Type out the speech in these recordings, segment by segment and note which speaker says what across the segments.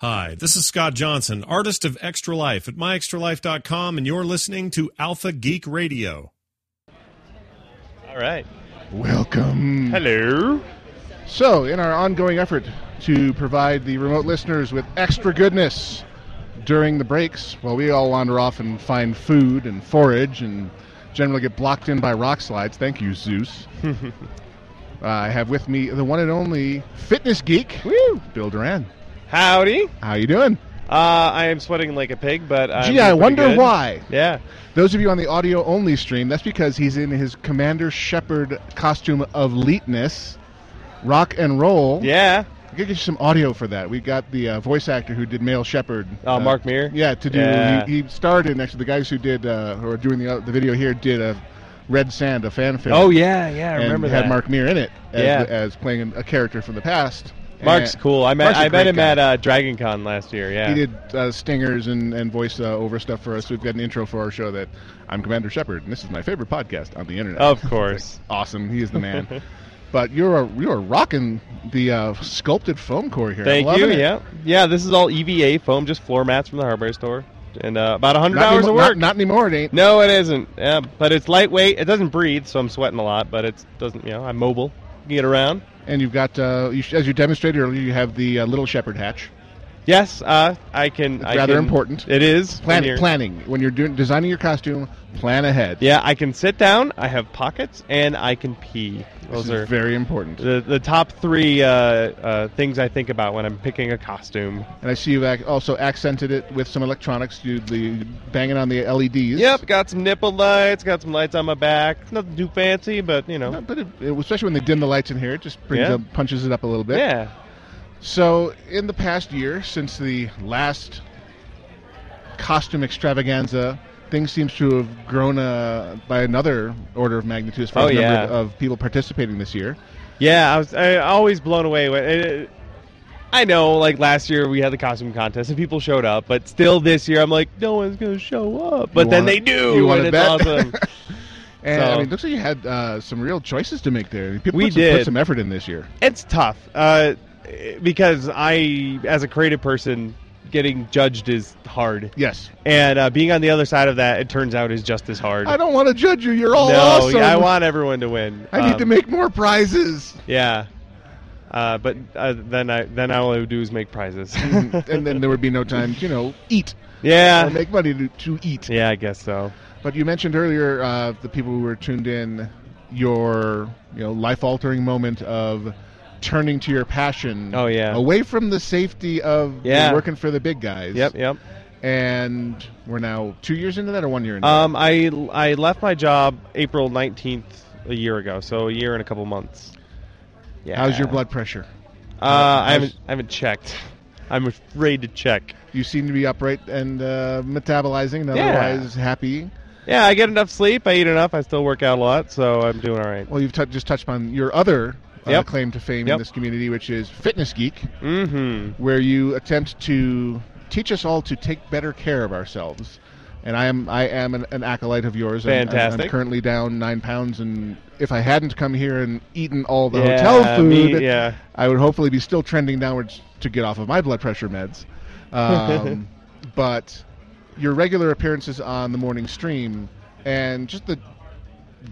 Speaker 1: Hi, this is Scott Johnson, artist of Extra Life at myextralife.com, and you're listening to Alpha Geek Radio.
Speaker 2: All right.
Speaker 3: Welcome.
Speaker 2: Hello.
Speaker 3: So, in our ongoing effort to provide the remote listeners with extra goodness during the breaks, while we all wander off and find food and forage and generally get blocked in by rock slides, thank you, Zeus. uh, I have with me the one and only fitness geek,
Speaker 2: Woo.
Speaker 3: Bill Duran.
Speaker 2: Howdy.
Speaker 3: How you doing?
Speaker 2: Uh, I am sweating like a pig, but I'm
Speaker 3: Gee, I
Speaker 2: pretty
Speaker 3: wonder
Speaker 2: good.
Speaker 3: why.
Speaker 2: Yeah.
Speaker 3: Those of you on the audio only stream, that's because he's in his Commander Shepard costume of leetness, rock and roll.
Speaker 2: Yeah.
Speaker 3: I could get you some audio for that. We got the uh, voice actor who did Male Shepherd.
Speaker 2: Oh,
Speaker 3: uh,
Speaker 2: Mark Meir?
Speaker 3: Yeah, to do.
Speaker 2: Yeah.
Speaker 3: He, he starred in actually the guys who did uh, who are doing the uh, the video here did a Red Sand, a fan film.
Speaker 2: Oh yeah, yeah. I
Speaker 3: and
Speaker 2: remember
Speaker 3: had
Speaker 2: that.
Speaker 3: Mark Meir in it as,
Speaker 2: Yeah.
Speaker 3: as playing a character from the past.
Speaker 2: Mark's
Speaker 3: And
Speaker 2: cool. I met
Speaker 3: Mark's a
Speaker 2: I met
Speaker 3: great
Speaker 2: him
Speaker 3: guy.
Speaker 2: at uh, Dragon Con last year. Yeah.
Speaker 3: He did uh, stingers and, and voice uh, over stuff for us. We've got an intro for our show that I'm Commander Shepard, and this is my favorite podcast on the internet.
Speaker 2: Of course.
Speaker 3: awesome. He is the man. but you're a, you're rocking the uh, sculpted foam core here. I'm
Speaker 2: Thank
Speaker 3: loving
Speaker 2: you.
Speaker 3: it.
Speaker 2: Yeah. Yeah. This is all EVA foam, just floor mats from the hardware store, and uh, about hundred
Speaker 3: Not
Speaker 2: hours
Speaker 3: anymore-
Speaker 2: of work.
Speaker 3: Not, not anymore. It ain't.
Speaker 2: no, it isn't. Yeah, but it's lightweight. It doesn't breathe, so I'm sweating a lot. But it doesn't. You know, I'm mobile. You can get around.
Speaker 3: And you've got, uh, you, as you demonstrated earlier, you have the uh, little shepherd hatch.
Speaker 2: Yes, uh, I can. I
Speaker 3: rather
Speaker 2: can-
Speaker 3: important.
Speaker 2: It is when
Speaker 3: Planning,
Speaker 2: you're-
Speaker 3: planning. When you're doing designing your costume, plan ahead.
Speaker 2: Yeah, I can sit down. I have pockets, and I can pee.
Speaker 3: this
Speaker 2: Those
Speaker 3: is
Speaker 2: are
Speaker 3: very important.
Speaker 2: the the top three uh, uh, things I think about when I'm picking a costume.
Speaker 3: And I see you've ac- also accented it with some electronics. You the banging on the E LEDs.
Speaker 2: Yep, got some nipple lights. Got some lights on my back. Nothing too fancy, but you
Speaker 3: Uh,
Speaker 2: know.
Speaker 3: But it, it- especially when they dim the lights in here, it just brings
Speaker 2: Yeah.
Speaker 3: up, punches it up a little bit.
Speaker 2: Yeah.
Speaker 3: So, in the past year, since the last costume extravaganza, things seems to have grown uh, by another order of magnitude as far
Speaker 2: Oh,
Speaker 3: as
Speaker 2: yeah.
Speaker 3: number of people participating this year.
Speaker 2: Yeah, I was I, always blown away. When, it, I know, like last year we had the costume contest and people showed up, but still this year I'm like, no one's gonna show up. But
Speaker 3: You
Speaker 2: then
Speaker 3: wanna-
Speaker 2: they do.
Speaker 3: you wanna
Speaker 2: and it's
Speaker 3: bet?
Speaker 2: awesome.
Speaker 3: And I
Speaker 2: So-
Speaker 3: mean, it looks like you had uh, some real choices to make there. People
Speaker 2: We
Speaker 3: put some, put
Speaker 2: did.
Speaker 3: some effort in this year.
Speaker 2: it's tough uh, because I, as a creative person, getting judged is hard,
Speaker 3: Yes,
Speaker 2: and uh, being on the other side of that, it turns out, is just as hard.
Speaker 3: I don't want to judge you. You're all
Speaker 2: no,
Speaker 3: awesome.
Speaker 2: I want everyone to win.
Speaker 3: I need
Speaker 2: Um,
Speaker 3: to make more prizes.
Speaker 2: Yeah. Uh, but uh, then I then all I would do is make prizes.
Speaker 3: and then there would be no time, to, you know, eat or
Speaker 2: yeah,
Speaker 3: make money to, to eat.
Speaker 2: yeah, I guess so.
Speaker 3: But you mentioned earlier uh, the people who were tuned in, your you know life-altering moment of turning to your passion.
Speaker 2: Oh, yeah.
Speaker 3: away from the safety of
Speaker 2: Yeah.
Speaker 3: working for the big guys.
Speaker 2: Yep, yep.
Speaker 3: And we're now two years into that, or one year into
Speaker 2: Um, I I left my job April nineteenth a year ago, so a year and a couple months.
Speaker 3: that.
Speaker 2: Yeah.
Speaker 3: How's your blood pressure?
Speaker 2: Uh, I
Speaker 3: how's-
Speaker 2: haven't I haven't checked. I'm afraid to check.
Speaker 3: You seem to be upright and uh, metabolizing, and
Speaker 2: Yeah.
Speaker 3: otherwise happy.
Speaker 2: Yeah, I get enough sleep. I eat enough. I still work out a lot, so I'm doing all right.
Speaker 3: Well, you've tou just touched upon your other uh,
Speaker 2: Yep.
Speaker 3: claim to fame in
Speaker 2: Yep.
Speaker 3: this community, which is Fitness Geek.
Speaker 2: Mm-hmm.
Speaker 3: where you attempt to teach us all to take better care of ourselves. And I am I am an, an acolyte of yours. I'm- I'm- I'm,
Speaker 2: Fantastic.
Speaker 3: currently down nine pounds, and if I hadn't come here and eaten all the
Speaker 2: Yeah,
Speaker 3: hotel
Speaker 2: me-
Speaker 3: food,
Speaker 2: yeah.
Speaker 3: I would hopefully be still trending downwards to get off of my blood pressure meds. Um, but your regular appearances on the morning stream and just the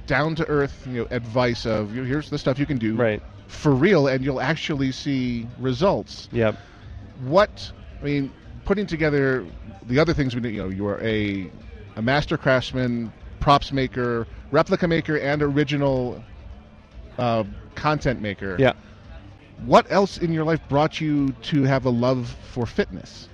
Speaker 3: down to earth you know advice of you know, here's the stuff you can do
Speaker 2: Right.
Speaker 3: for real, and you'll actually see results
Speaker 2: Yep.
Speaker 3: what I mean, putting together the other things we do. You know, you are a a master craftsman, props maker, replica maker, and original uh, content maker.
Speaker 2: Yeah.
Speaker 3: What else in your life brought you to have a love for fitness?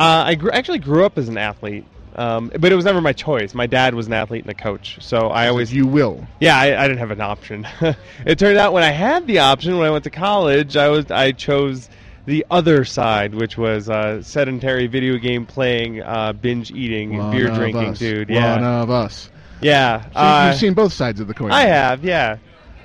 Speaker 2: Uh, I gr- actually grew up as an athlete, um, but it was never my choice. My dad was an athlete and a coach, so I always
Speaker 3: you will.
Speaker 2: Yeah, I, I didn't have an option. it turned out when I had the option when I went to college, I was I chose the other side, which was uh, sedentary video game playing, uh, binge eating, and beer
Speaker 3: One of
Speaker 2: drinking,
Speaker 3: us.
Speaker 2: dude.
Speaker 3: One
Speaker 2: Yeah,
Speaker 3: of us. So
Speaker 2: yeah.
Speaker 3: you've
Speaker 2: Uh,
Speaker 3: seen both sides of the coin.
Speaker 2: I have, yeah.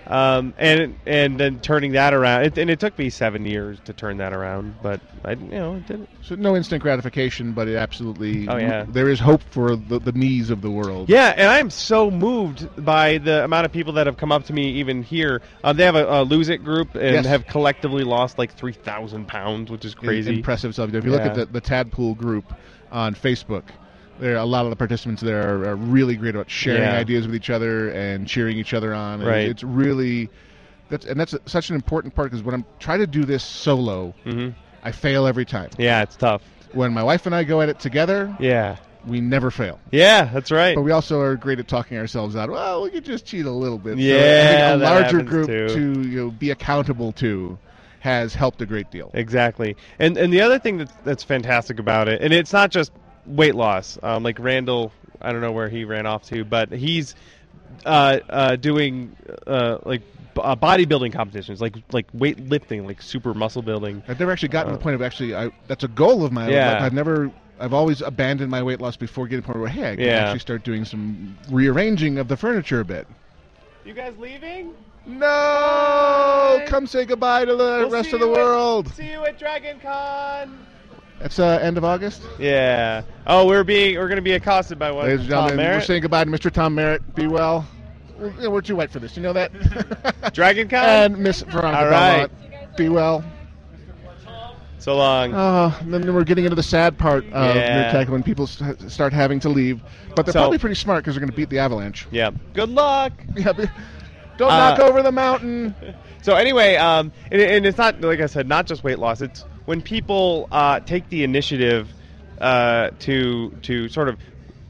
Speaker 2: um, and and then turning that around. It, and it took me seven years to turn that around, but I you know I did it.
Speaker 3: So no instant gratification, but it absolutely.
Speaker 2: Oh, yeah.
Speaker 3: There is hope for the, the knees of the world.
Speaker 2: Yeah, and I'm so moved by the amount of people that have come up to me even here. Um, they have a, a lose it group and
Speaker 3: Yes.
Speaker 2: have collectively lost like three thousand pounds, which is
Speaker 3: In-
Speaker 2: crazy.
Speaker 3: impressive stuff. If you look at
Speaker 2: Yeah.
Speaker 3: the, the Tadpool group on Facebook, there a lot of the participants there are, are really great about sharing
Speaker 2: Yeah.
Speaker 3: ideas with each other and cheering each other on. And
Speaker 2: Right.
Speaker 3: It's really that's and that's such an important part because when I'm trying to do this solo,
Speaker 2: Mhm.
Speaker 3: I fail every time.
Speaker 2: Yeah, it's tough.
Speaker 3: When my wife and I go at it together,
Speaker 2: Yeah,
Speaker 3: we never fail.
Speaker 2: yeah, that's right.
Speaker 3: But we also are great at talking ourselves out. Well, we could just cheat a little bit. So I think
Speaker 2: Yeah,
Speaker 3: a
Speaker 2: that
Speaker 3: larger
Speaker 2: happens
Speaker 3: group
Speaker 2: too.
Speaker 3: to you know, be accountable to has helped a great deal.
Speaker 2: Exactly. And and the other thing that's that's fantastic about it, and it's not just weight loss. Um, like Randall, I don't know where he ran off to, but he's uh, uh, doing uh, like b- uh, bodybuilding competitions, like like weightlifting, like super muscle building.
Speaker 3: I've never actually gotten to the point of actually I, that's a goal of mine.
Speaker 2: Uh, Yeah.
Speaker 3: Like, I've never I've always abandoned my weight loss before getting to the point where hey I can
Speaker 2: Yeah.
Speaker 3: actually start doing some rearranging of the furniture a bit.
Speaker 2: You guys leaving?
Speaker 3: No, come say goodbye to the rest of the world.
Speaker 2: see you at Dragon Con.
Speaker 3: That's uh, end of August.
Speaker 2: Yeah. Oh, we're being we're gonna be accosted by one.
Speaker 3: Ladies and gentlemen,
Speaker 2: Tom
Speaker 3: we're
Speaker 2: Merritt.
Speaker 3: saying goodbye to Mr. Tom Merritt. Be well. We're, we're too white for this. You know that.
Speaker 2: Dragon Con.
Speaker 3: and Miss Veronica
Speaker 2: All right.
Speaker 3: Belmont. Be well.
Speaker 2: so long.
Speaker 3: Uh, and then we're getting into the sad part of
Speaker 2: Yeah.
Speaker 3: Nerd Tackle when people st- start having to leave. But they're
Speaker 2: So-
Speaker 3: probably pretty smart because they're going to beat the Avalanche.
Speaker 2: yeah. Good luck.
Speaker 3: Yeah, but- don't
Speaker 2: Uh,
Speaker 3: knock over the mountain.
Speaker 2: So anyway, um, and, and it's not like I said, not just weight loss. It's when people uh, take the initiative uh, to to sort of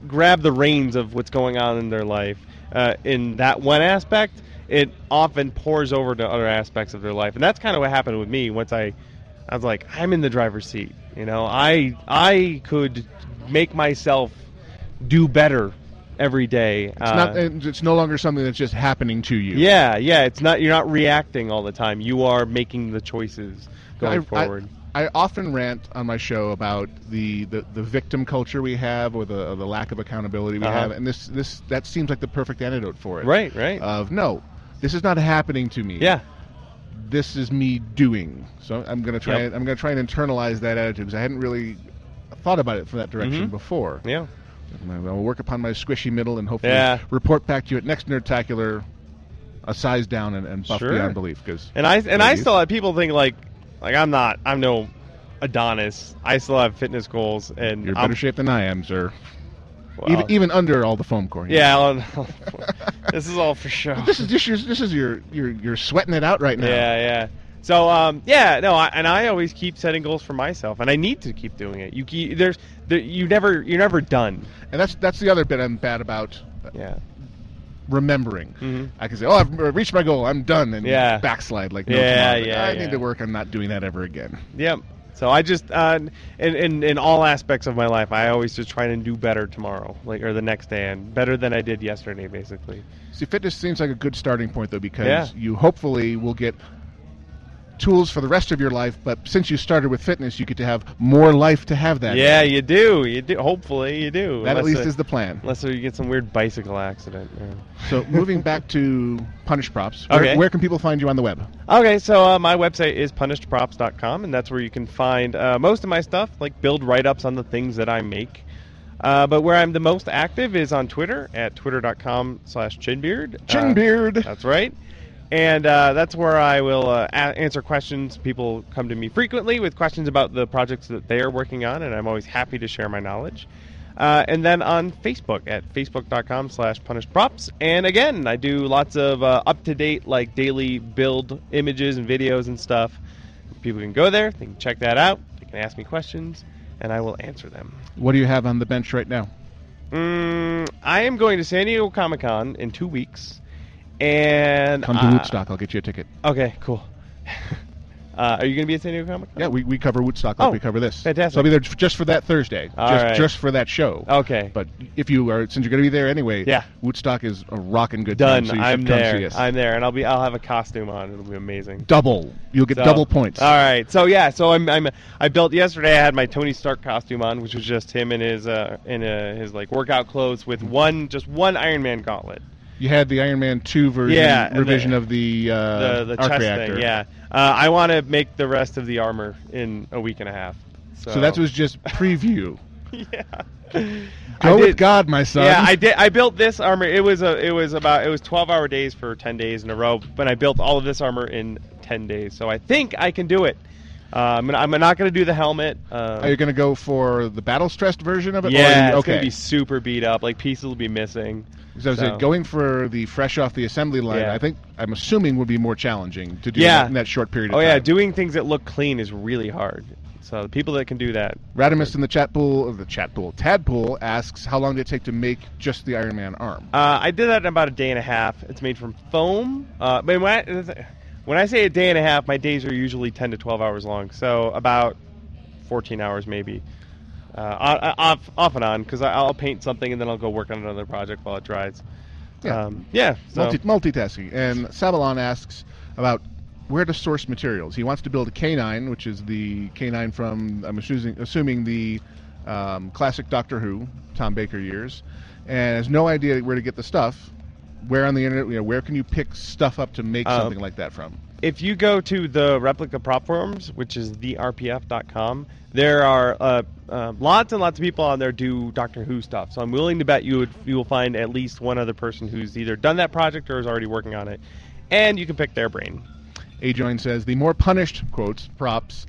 Speaker 2: grab the reins of what's going on in their life. Uh, in that one aspect, it often pours over to other aspects of their life, and that's kind of what happened with me. Once I, I was like, I'm in the driver's seat. You know, I I could make myself do better every day. uh,
Speaker 3: It's, not, and it's no longer something that's just happening to you.
Speaker 2: Yeah, yeah. It's not you're not reacting all the time. You are making the choices going
Speaker 3: I,
Speaker 2: forward.
Speaker 3: I, I often rant on my show about the, the, the victim culture we have or the, or the lack of accountability we
Speaker 2: Uh-huh.
Speaker 3: have, and this, this that seems like the perfect antidote for it.
Speaker 2: right, right.
Speaker 3: Of no, this is not happening to me.
Speaker 2: yeah,
Speaker 3: this is me doing. So I'm gonna try.
Speaker 2: Yep.
Speaker 3: I'm gonna try and internalize that attitude because I hadn't really thought about it from that direction
Speaker 2: Mhm.
Speaker 3: before.
Speaker 2: yeah.
Speaker 3: I'll I'll work upon my squishy middle and hopefully
Speaker 2: Yeah.
Speaker 3: report back to you at next Nerdtacular, a size down and, and buff
Speaker 2: Sure.
Speaker 3: beyond belief. Because
Speaker 2: And I and I
Speaker 3: Ladies.
Speaker 2: still have people think like like I'm not I'm no Adonis. I still have fitness goals and
Speaker 3: you're in
Speaker 2: I'm,
Speaker 3: better shape than I am, sir.
Speaker 2: well,
Speaker 3: even, even under all the foam core.
Speaker 2: yeah. I'll- this is all for show.
Speaker 3: This is just your. This is your. You're you're sweating it out right now.
Speaker 2: Yeah, yeah. So, um, yeah, no, I, and I always keep setting goals for myself, and I need to keep doing it. You, you there's, there, you never, you're never done.
Speaker 3: And that's that's the other bit I'm bad about uh,
Speaker 2: Yeah,
Speaker 3: remembering.
Speaker 2: Mhm.
Speaker 3: I can say, "Oh, I've reached my goal. I'm done," and
Speaker 2: Yeah.
Speaker 3: backslide like, no
Speaker 2: Yeah,
Speaker 3: tomorrow. Like,
Speaker 2: yeah,
Speaker 3: I
Speaker 2: yeah.
Speaker 3: need to work on not doing that ever again.
Speaker 2: Yep. So I just uh, in, in in all aspects of my life, I always just try to do better tomorrow, like or the next day, and better than I did yesterday, basically.
Speaker 3: See, fitness seems like a good starting point though, because
Speaker 2: Yeah.
Speaker 3: you hopefully will get tools for the rest of your life. But since you started with fitness, you get to have more life to have that.
Speaker 2: Yeah, you do. You do. Hopefully, you do.
Speaker 3: that at
Speaker 2: Unless
Speaker 3: least
Speaker 2: it-
Speaker 3: is the plan.
Speaker 2: Unless you get some weird bicycle accident. yeah.
Speaker 3: So moving back to punish props. Where,
Speaker 2: Okay.
Speaker 3: where can people find you on the web?
Speaker 2: Okay, so uh, my website is punishedprops.com, and that's where you can find uh, most of my stuff, like build write ups on the things that I make. Uh, but where I'm the most active is on Twitter at twitter.com slash chinbeard. Uh,
Speaker 3: Chinbeard.
Speaker 2: That's right. And uh, that's where I will uh, a- answer questions. People come to me frequently with questions about the projects that they are working on, and I'm always happy to share my knowledge. Uh, and then on Facebook at facebook.com slash punished props. And again, I do lots of uh, up to date, like daily build images and videos and stuff. People can go there, they can check that out, they can ask me questions, and I will answer them.
Speaker 3: what do you have on the bench right now?
Speaker 2: Mm, I am going to San Diego Comic Con in two weeks. And
Speaker 3: Come to
Speaker 2: uh,
Speaker 3: Woodstock. I'll get you a ticket.
Speaker 2: Okay, cool. uh, are you going to be at San Diego Comic Con?
Speaker 3: Yeah, we, we cover Woodstock like
Speaker 2: Oh,
Speaker 3: we cover this.
Speaker 2: fantastic.
Speaker 3: So I'll be there j- just for that Thursday,
Speaker 2: All
Speaker 3: just
Speaker 2: right.
Speaker 3: just for that show.
Speaker 2: Okay.
Speaker 3: But if you are, since you're going to be there anyway,
Speaker 2: Yeah.
Speaker 3: Woodstock is a rocking good
Speaker 2: Done.
Speaker 3: time. So you should
Speaker 2: I'm
Speaker 3: come
Speaker 2: there.
Speaker 3: See us.
Speaker 2: I'm there, and I'll be. I'll have a costume on. It'll be amazing.
Speaker 3: double. You'll get
Speaker 2: So-
Speaker 3: double points.
Speaker 2: All right. So yeah. So I'm. I'm. I built yesterday. I had my Tony Stark costume on, which was just him in his uh in uh, his like workout clothes with one just one Iron Man gauntlet.
Speaker 3: You had the Iron Man two version
Speaker 2: Yeah, and the-
Speaker 3: revision of the uh,
Speaker 2: the the
Speaker 3: arc
Speaker 2: chest
Speaker 3: reactor.
Speaker 2: thing. Yeah, uh, I want to make the rest of the armor in a week and a half. So,
Speaker 3: So that was just preview.
Speaker 2: yeah. I
Speaker 3: Go with
Speaker 2: did-
Speaker 3: God, my son.
Speaker 2: Yeah, I did. I built this armor. It was a. It was about. It was twelve hour days for ten days in a row. But I built all of this armor in ten days. So I think I can do it. Uh, I'm, gonna- I'm not going to do the helmet. Uh,
Speaker 3: Are you going to go for the battle stressed version of it? or
Speaker 2: yeah,
Speaker 3: are you-
Speaker 2: it's
Speaker 3: okay.
Speaker 2: going to be super beat up. Like pieces will be missing.
Speaker 3: so, I said,
Speaker 2: so-
Speaker 3: going for the fresh off the assembly line,
Speaker 2: Yeah.
Speaker 3: I think I'm assuming would be more challenging to do
Speaker 2: Yeah.
Speaker 3: in that short period.
Speaker 2: Oh
Speaker 3: of
Speaker 2: yeah,
Speaker 3: time.
Speaker 2: doing things that look clean is really hard. So the people that can do that,
Speaker 3: Radimus in the chat pool, the chat pool, Tadpool asks, how long did it take to make just the Iron Man arm?
Speaker 2: Uh, I did that in about a day and a half. It's made from foam. Uh, but when I, when I say a day and a half, my days are usually 10 to 12 hours long. So about 14 hours maybe. Uh, o- o- off, off and on, because I'll paint something and then I'll go work on another project while it dries.
Speaker 3: Yeah.
Speaker 2: Um, yeah. So.
Speaker 3: Multi- multitasking. And Sabalon asks about where to source materials. He wants to build a canine, which is the canine from, I'm assuming, assuming the um, classic Doctor Who, Tom Baker years, and has no idea where to get the stuff. Where on the internet, you know, where can you pick stuff up to make
Speaker 2: Um,
Speaker 3: something like that from?
Speaker 2: if you go to the replica prop forums, which is therpf.com, there are uh, uh, lots and lots of people on there do Doctor Who stuff. So I'm willing to bet you would you will find at least one other person who's either done that project or is already working on it, and you can pick their brain.
Speaker 3: A Join says the more punished quotes props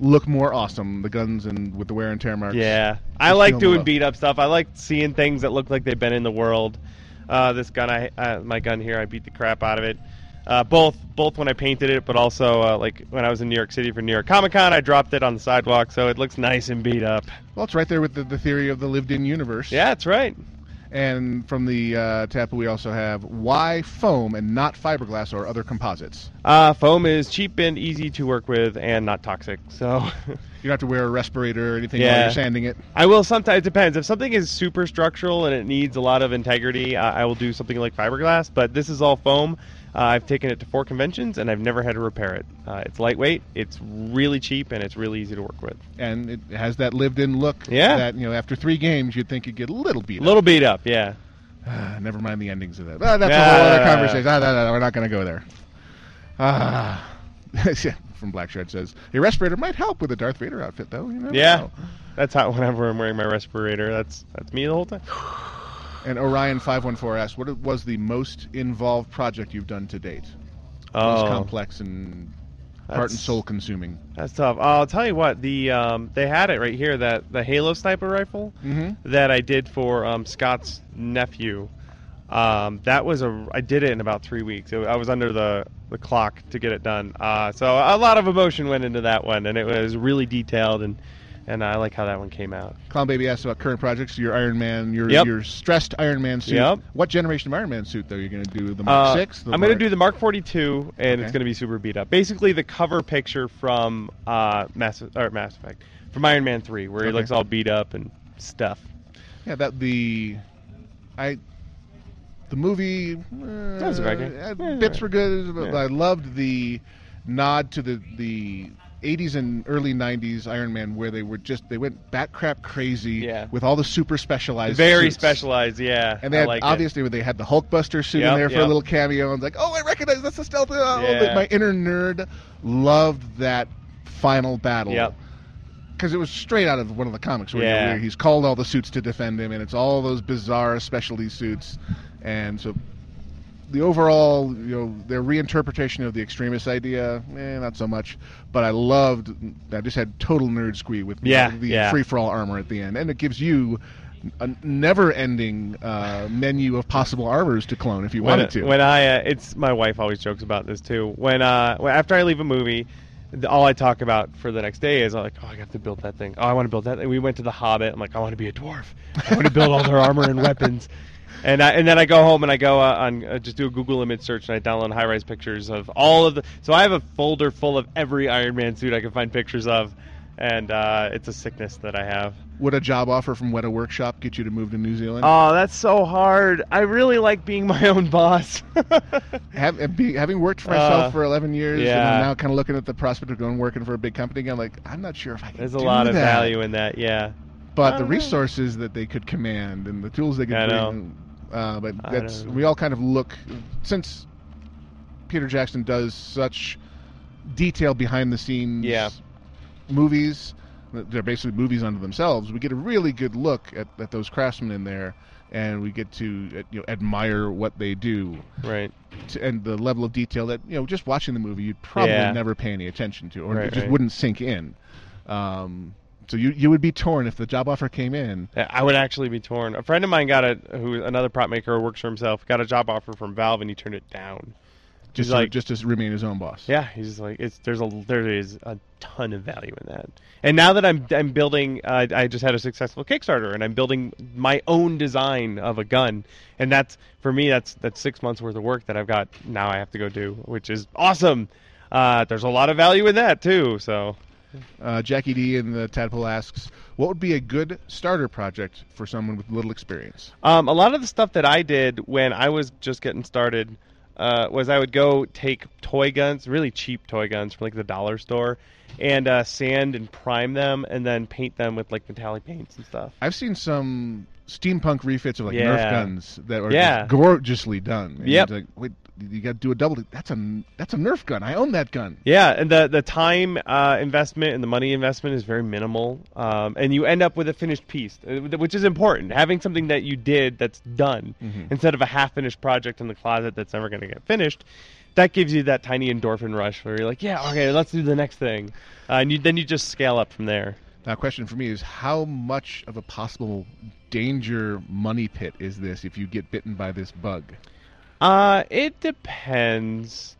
Speaker 3: look more awesome. The guns and with the wear and tear marks.
Speaker 2: Yeah, I
Speaker 3: Just
Speaker 2: like
Speaker 3: feel
Speaker 2: doing
Speaker 3: love.
Speaker 2: beat up stuff. I like seeing things that look like they've been in the world. Uh, this gun, I uh, my gun here, I beat the crap out of it. Uh, both both when I painted it, but also uh, like when I was in New York City for New York Comic Con, I dropped it on the sidewalk, so it looks nice and beat up.
Speaker 3: Well, it's right there with the, the theory of the lived-in universe.
Speaker 2: Yeah, that's right.
Speaker 3: And from the uh, tap, we also have why foam and not fiberglass or other composites.
Speaker 2: Uh, foam is cheap and easy to work with and not toxic. So
Speaker 3: You don't have to wear a respirator or anything while
Speaker 2: Yeah.
Speaker 3: you're sanding it.
Speaker 2: I will sometimes, it depends. If something is super structural and it needs a lot of integrity, I, I will do something like fiberglass, but this is all foam. Uh, I've taken it to four conventions and I've never had to repair it. Uh, it's lightweight, it's really cheap, and it's really easy to work with.
Speaker 3: And it has that lived-in look.
Speaker 2: Yeah.
Speaker 3: That you know, after three games, you'd think you'd get a little beat
Speaker 2: A
Speaker 3: up.
Speaker 2: little beat up, yeah.
Speaker 3: Ah, never mind the endings of that. Ah, that's a
Speaker 2: Yeah,
Speaker 3: whole
Speaker 2: no,
Speaker 3: other
Speaker 2: no, no.
Speaker 3: conversation. Ah, no, no, no, we're not going to go there. Ah. From Black Shard says, a respirator might help with a Darth Vader outfit, though. You never
Speaker 2: Yeah.
Speaker 3: know.
Speaker 2: That's how, whenever I'm wearing my respirator, that's that's me the whole time.
Speaker 3: And Orion514 asks, what was the most involved project you've done to date?
Speaker 2: Oh,
Speaker 3: Most complex and heart and
Speaker 2: That's-
Speaker 3: soul consuming.
Speaker 2: That's tough. I'll tell you what the um, they had it right here that the Halo sniper rifle
Speaker 3: Mhm.
Speaker 2: that I did for um, Scott's nephew. Um, that was a I did it in about three weeks. It, I was under the the clock to get it done. Uh, so a lot of emotion went into that one, and it was really detailed and and I like how that one came out.
Speaker 3: Clown Baby asks about current projects, your Iron Man, your,
Speaker 2: Yep.
Speaker 3: your stressed Iron Man suit.
Speaker 2: Yep.
Speaker 3: What generation of Iron Man suit, though? You're going to do the Mark
Speaker 2: Uh,
Speaker 3: 6?
Speaker 2: I'm going to do the Mark 42, and
Speaker 3: Okay.
Speaker 2: it's going to be super beat up. Basically, the cover picture from uh, Mass or Mass Effect from Iron Man 3, where he
Speaker 3: Okay.
Speaker 2: looks all beat up and stuff.
Speaker 3: Yeah, that the I the movie uh,
Speaker 2: was okay. Yeah,
Speaker 3: uh, bits
Speaker 2: yeah.
Speaker 3: were good, but
Speaker 2: Yeah.
Speaker 3: I loved the nod to the the 80s and early 90s Iron Man where they were just they went bat crap crazy
Speaker 2: Yeah.
Speaker 3: with all the super specialized
Speaker 2: Very
Speaker 3: suits.
Speaker 2: specialized, yeah.
Speaker 3: And they
Speaker 2: I
Speaker 3: had,
Speaker 2: like it.
Speaker 3: obviously they had the Hulkbuster suit in
Speaker 2: Yep,
Speaker 3: there for a
Speaker 2: yep.
Speaker 3: little cameo. And it's like, oh, I recognize that's a stealth. Oh,
Speaker 2: Yeah.
Speaker 3: My inner nerd loved that final battle.
Speaker 2: Yep.
Speaker 3: Because it was straight out of one of the comics where,
Speaker 2: Yeah.
Speaker 3: where he's called all the suits to defend him, and it's all those bizarre specialty suits. And so the overall, you know, their reinterpretation of the extremist idea, eh, not so much. But I loved, I just had total nerd squee with
Speaker 2: Yeah,
Speaker 3: the
Speaker 2: yeah.
Speaker 3: free for all armor at the end, and it gives you a never-ending uh, menu of possible armors to clone if you
Speaker 2: when,
Speaker 3: wanted to.
Speaker 2: When I, uh, it's my wife always jokes about this too. When uh, when- after I leave a movie, th- all I talk about for the next day is like, oh, I have to build that thing. Oh, I want to build that. thing. We went to the Hobbit. I'm like, I want to be a dwarf. I want to build all their armor and weapons. And I, and then I go home and I go uh, on uh, just do a Google image search and I download high rise pictures of all of the. So I have a folder full of every Iron Man suit I can find pictures of, and uh, it's a sickness that I have.
Speaker 3: Would a job offer from Weta Workshop get you to move to New Zealand?
Speaker 2: Oh, that's so hard. I really like being my own boss.
Speaker 3: Have, and be, having worked for myself
Speaker 2: Uh,
Speaker 3: for 11 years, and
Speaker 2: yeah.
Speaker 3: I'm now kind of looking at the prospect of going working for a big company again, like I'm not sure if I can.
Speaker 2: There's a
Speaker 3: do
Speaker 2: lot of
Speaker 3: that.
Speaker 2: value in that, yeah.
Speaker 3: but the
Speaker 2: Oh.
Speaker 3: resources that they could command and the tools they could
Speaker 2: I know.
Speaker 3: bring Uh, but
Speaker 2: I
Speaker 3: that's
Speaker 2: don't know.
Speaker 3: we all kind of look since Peter Jackson does such detail behind the scenes
Speaker 2: Yeah.
Speaker 3: movies. They're basically movies unto themselves. We get a really good look at, at those craftsmen in there, and we get to uh, you know, admire what they do
Speaker 2: Right.
Speaker 3: to, and the level of detail that you know just watching the movie you'd probably
Speaker 2: Yeah.
Speaker 3: never pay any attention to or
Speaker 2: Right,
Speaker 3: it just
Speaker 2: right.
Speaker 3: wouldn't sink in um, so you you would be torn if the job offer came in
Speaker 2: Yeah, I would actually be torn. A friend of mine got a who another prop maker who works for himself got a job offer from Valve and he turned it down.
Speaker 3: just
Speaker 2: He's
Speaker 3: to,
Speaker 2: like-
Speaker 3: just to remain his own boss
Speaker 2: Yeah, he's just like it's there's a there is a ton of value in that. And now that I'm I'm building, uh, I just had a successful Kickstarter and I'm building my own design of a gun, and that's for me that's that's six months worth of work that I've got now I have to go do, which is awesome. Uh, there's a lot of value in that too. So
Speaker 3: uh, Jackie D in the tadpole asks what would be a good starter project for someone with little experience
Speaker 2: Um, a lot of the stuff that I did when I was just getting started uh, was I would go take toy guns, really cheap toy guns from like the dollar store, and uh, sand and prime them, and then paint them with like metallic paints and stuff.
Speaker 3: I've seen some steampunk refits of like Nerf
Speaker 2: Yeah.
Speaker 3: guns that are
Speaker 2: Yeah.
Speaker 3: just gorgeously done and
Speaker 2: Yep.
Speaker 3: it's like wait you got to do a double that's a that's a Nerf gun I own that gun
Speaker 2: Yeah, and the the time uh, investment and the money investment is very minimal, um, and you end up with a finished piece, uh, which is important. Having something that you did that's done instead of a half finished project in the closet that's never going to get finished, that gives you that tiny endorphin rush where you're like, yeah, okay, let's do the next thing, uh, and you, then you just scale up from there.
Speaker 3: Now, question for me is how much of a possible danger money pit is this if you get bitten by this bug?
Speaker 2: Uh, it depends.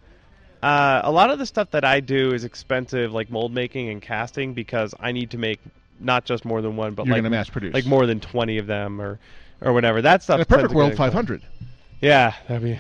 Speaker 2: Uh, a lot of the stuff that I do is expensive, like mold making and casting, because I need to make not just more than one, but
Speaker 3: You're
Speaker 2: like
Speaker 3: gonna mass produce.
Speaker 2: like more than twenty of them, or or whatever. That stuff.
Speaker 3: In a perfect
Speaker 2: tends to
Speaker 3: world,
Speaker 2: get-
Speaker 3: 500.
Speaker 2: Yeah, that'd be.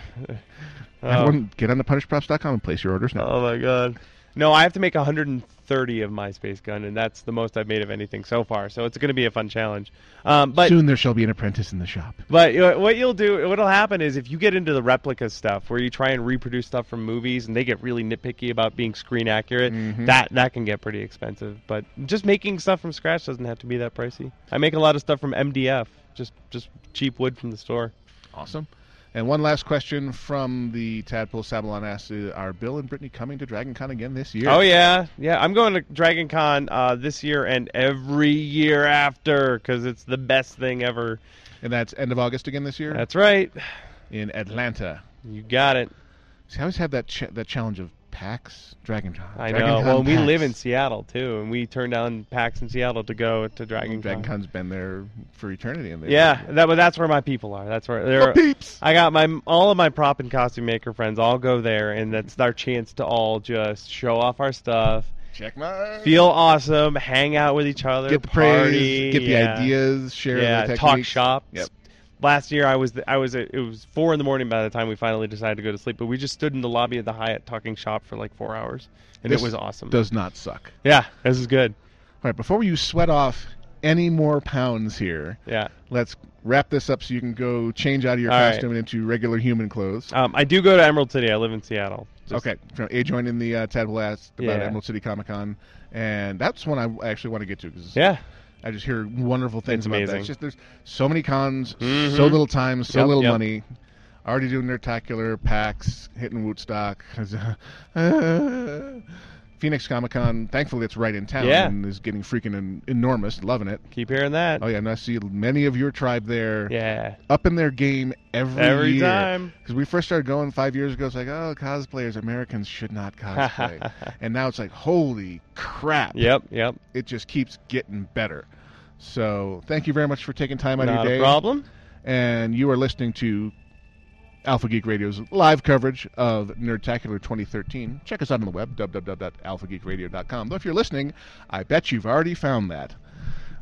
Speaker 2: Oh,
Speaker 3: Everyone, get on to punishprops.com and place your orders now.
Speaker 2: oh my god. No, I have to make 130 of MySpace gun, and that's the most I've made of anything so far. So it's going to be a fun challenge. Um, but
Speaker 3: Soon there shall be an apprentice in the shop.
Speaker 2: But you know, what you'll do, what'll happen is if you get into the replica stuff, where you try and reproduce stuff from movies, and they get really nitpicky about being screen accurate,
Speaker 3: Mhm.
Speaker 2: that that can get pretty expensive. But just making stuff from scratch doesn't have to be that pricey. I make a lot of stuff from MDF, just just cheap wood from the store.
Speaker 3: Awesome. And one last question from the Tadpole Sabalon asks uh, Are Bill and Brittany coming to Dragon Con again this year?
Speaker 2: Oh yeah, yeah. I'm going to Dragon Con uh, this year and every year after because it's the best thing ever.
Speaker 3: And that's end of August again this year
Speaker 2: That's right.
Speaker 3: in Atlanta.
Speaker 2: You got it.
Speaker 3: See, I always had that, ch- that challenge of PAX, Dragon Con.
Speaker 2: I
Speaker 3: Dragon
Speaker 2: know.
Speaker 3: Con
Speaker 2: Well, we
Speaker 3: PAX.
Speaker 2: live in Seattle too, and we turned down PAX in Seattle to go to Dragon,
Speaker 3: Dragon
Speaker 2: Con.
Speaker 3: Con's been there for eternity. And they-
Speaker 2: Yeah, that but that's where my people are. That's where they're.
Speaker 3: My peeps!
Speaker 2: I got my all of my prop and costume maker friends all go there, and that's our chance to all just show off our stuff,
Speaker 3: Check my.
Speaker 2: feel awesome, hang out with each other,
Speaker 3: get the
Speaker 2: party,
Speaker 3: praise, get
Speaker 2: yeah.
Speaker 3: the ideas, share
Speaker 2: yeah,
Speaker 3: the
Speaker 2: talk
Speaker 3: techniques.
Speaker 2: shop.
Speaker 3: Yep.
Speaker 2: Last year I was I was it was four in the morning by the time we finally decided to go to sleep, but we just stood in the lobby of the Hyatt talking shop for like four hours, and
Speaker 3: This
Speaker 2: it was awesome.
Speaker 3: Does not suck.
Speaker 2: yeah, this is good.
Speaker 3: All right, before you sweat off any more pounds here,
Speaker 2: Yeah.
Speaker 3: let's wrap this up so you can go change out of your
Speaker 2: All right.
Speaker 3: costume and into regular human clothes.
Speaker 2: Um, I do go to Emerald City. I live in Seattle. Just-
Speaker 3: okay, from A joined in the uh, Tadpole asked about
Speaker 2: Yeah.
Speaker 3: Emerald City Comic Con, and that's one I actually want to get to because
Speaker 2: Yeah.
Speaker 3: I just hear wonderful things
Speaker 2: It's
Speaker 3: about that.
Speaker 2: amazing.
Speaker 3: It's just there's so many cons,
Speaker 2: Mhm.
Speaker 3: so little time, so
Speaker 2: Yep,
Speaker 3: little
Speaker 2: yep.
Speaker 3: money. Already doing Nertacular, PAX, hitting Wootstock. Phoenix Comic Con, thankfully it's right in town
Speaker 2: Yeah.
Speaker 3: and is getting freaking en- enormous, loving it.
Speaker 2: Keep hearing that.
Speaker 3: Oh yeah, and I see many of your tribe there,
Speaker 2: Yeah.
Speaker 3: up in their game every
Speaker 2: Every time.
Speaker 3: Because we first started going five years ago, it's like, oh, cosplayers, Americans should not cosplay, and now it's like, holy crap!
Speaker 2: Yep. Yep.
Speaker 3: it just keeps getting better. So thank you very much for taking time out of
Speaker 2: Not
Speaker 3: your
Speaker 2: a
Speaker 3: day.
Speaker 2: problem.
Speaker 3: And you are listening to Alpha Geek Radio's live coverage of Nerdtacular 2013. Check us out on the web, www.alphageekradio.com. Though if you're listening, I bet you've already found that.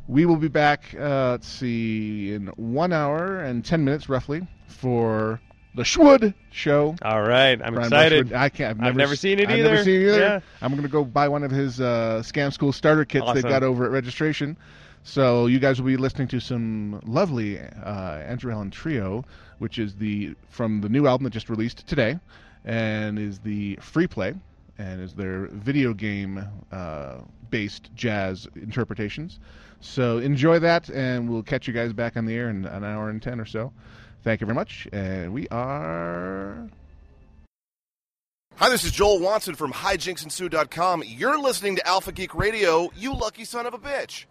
Speaker 3: We will be back, uh, let's see, in one hour and 10 minutes roughly for the Schwood Show.
Speaker 2: All right. I'm
Speaker 3: Brian
Speaker 2: excited.
Speaker 3: Bushwood. I can't. I've never,
Speaker 2: never seen it
Speaker 3: I've never
Speaker 2: either.
Speaker 3: seen it either.
Speaker 2: Yeah.
Speaker 3: I'm going to go buy one of his uh, Scam School starter kits they
Speaker 2: Awesome.
Speaker 3: got over at registration. So you guys will be listening to some lovely uh, Andrew Allen Trio, which is the from the new album that just released today, and is the free play. and is their video game uh, based jazz interpretations. So enjoy that, and we'll catch you guys back on the air in an hour and 10 or so. Thank you very much, and we are.
Speaker 4: Hi, this is Joel Watson from HijinksandSue.com. You're listening to Alpha Geek Radio, you lucky son of a bitch.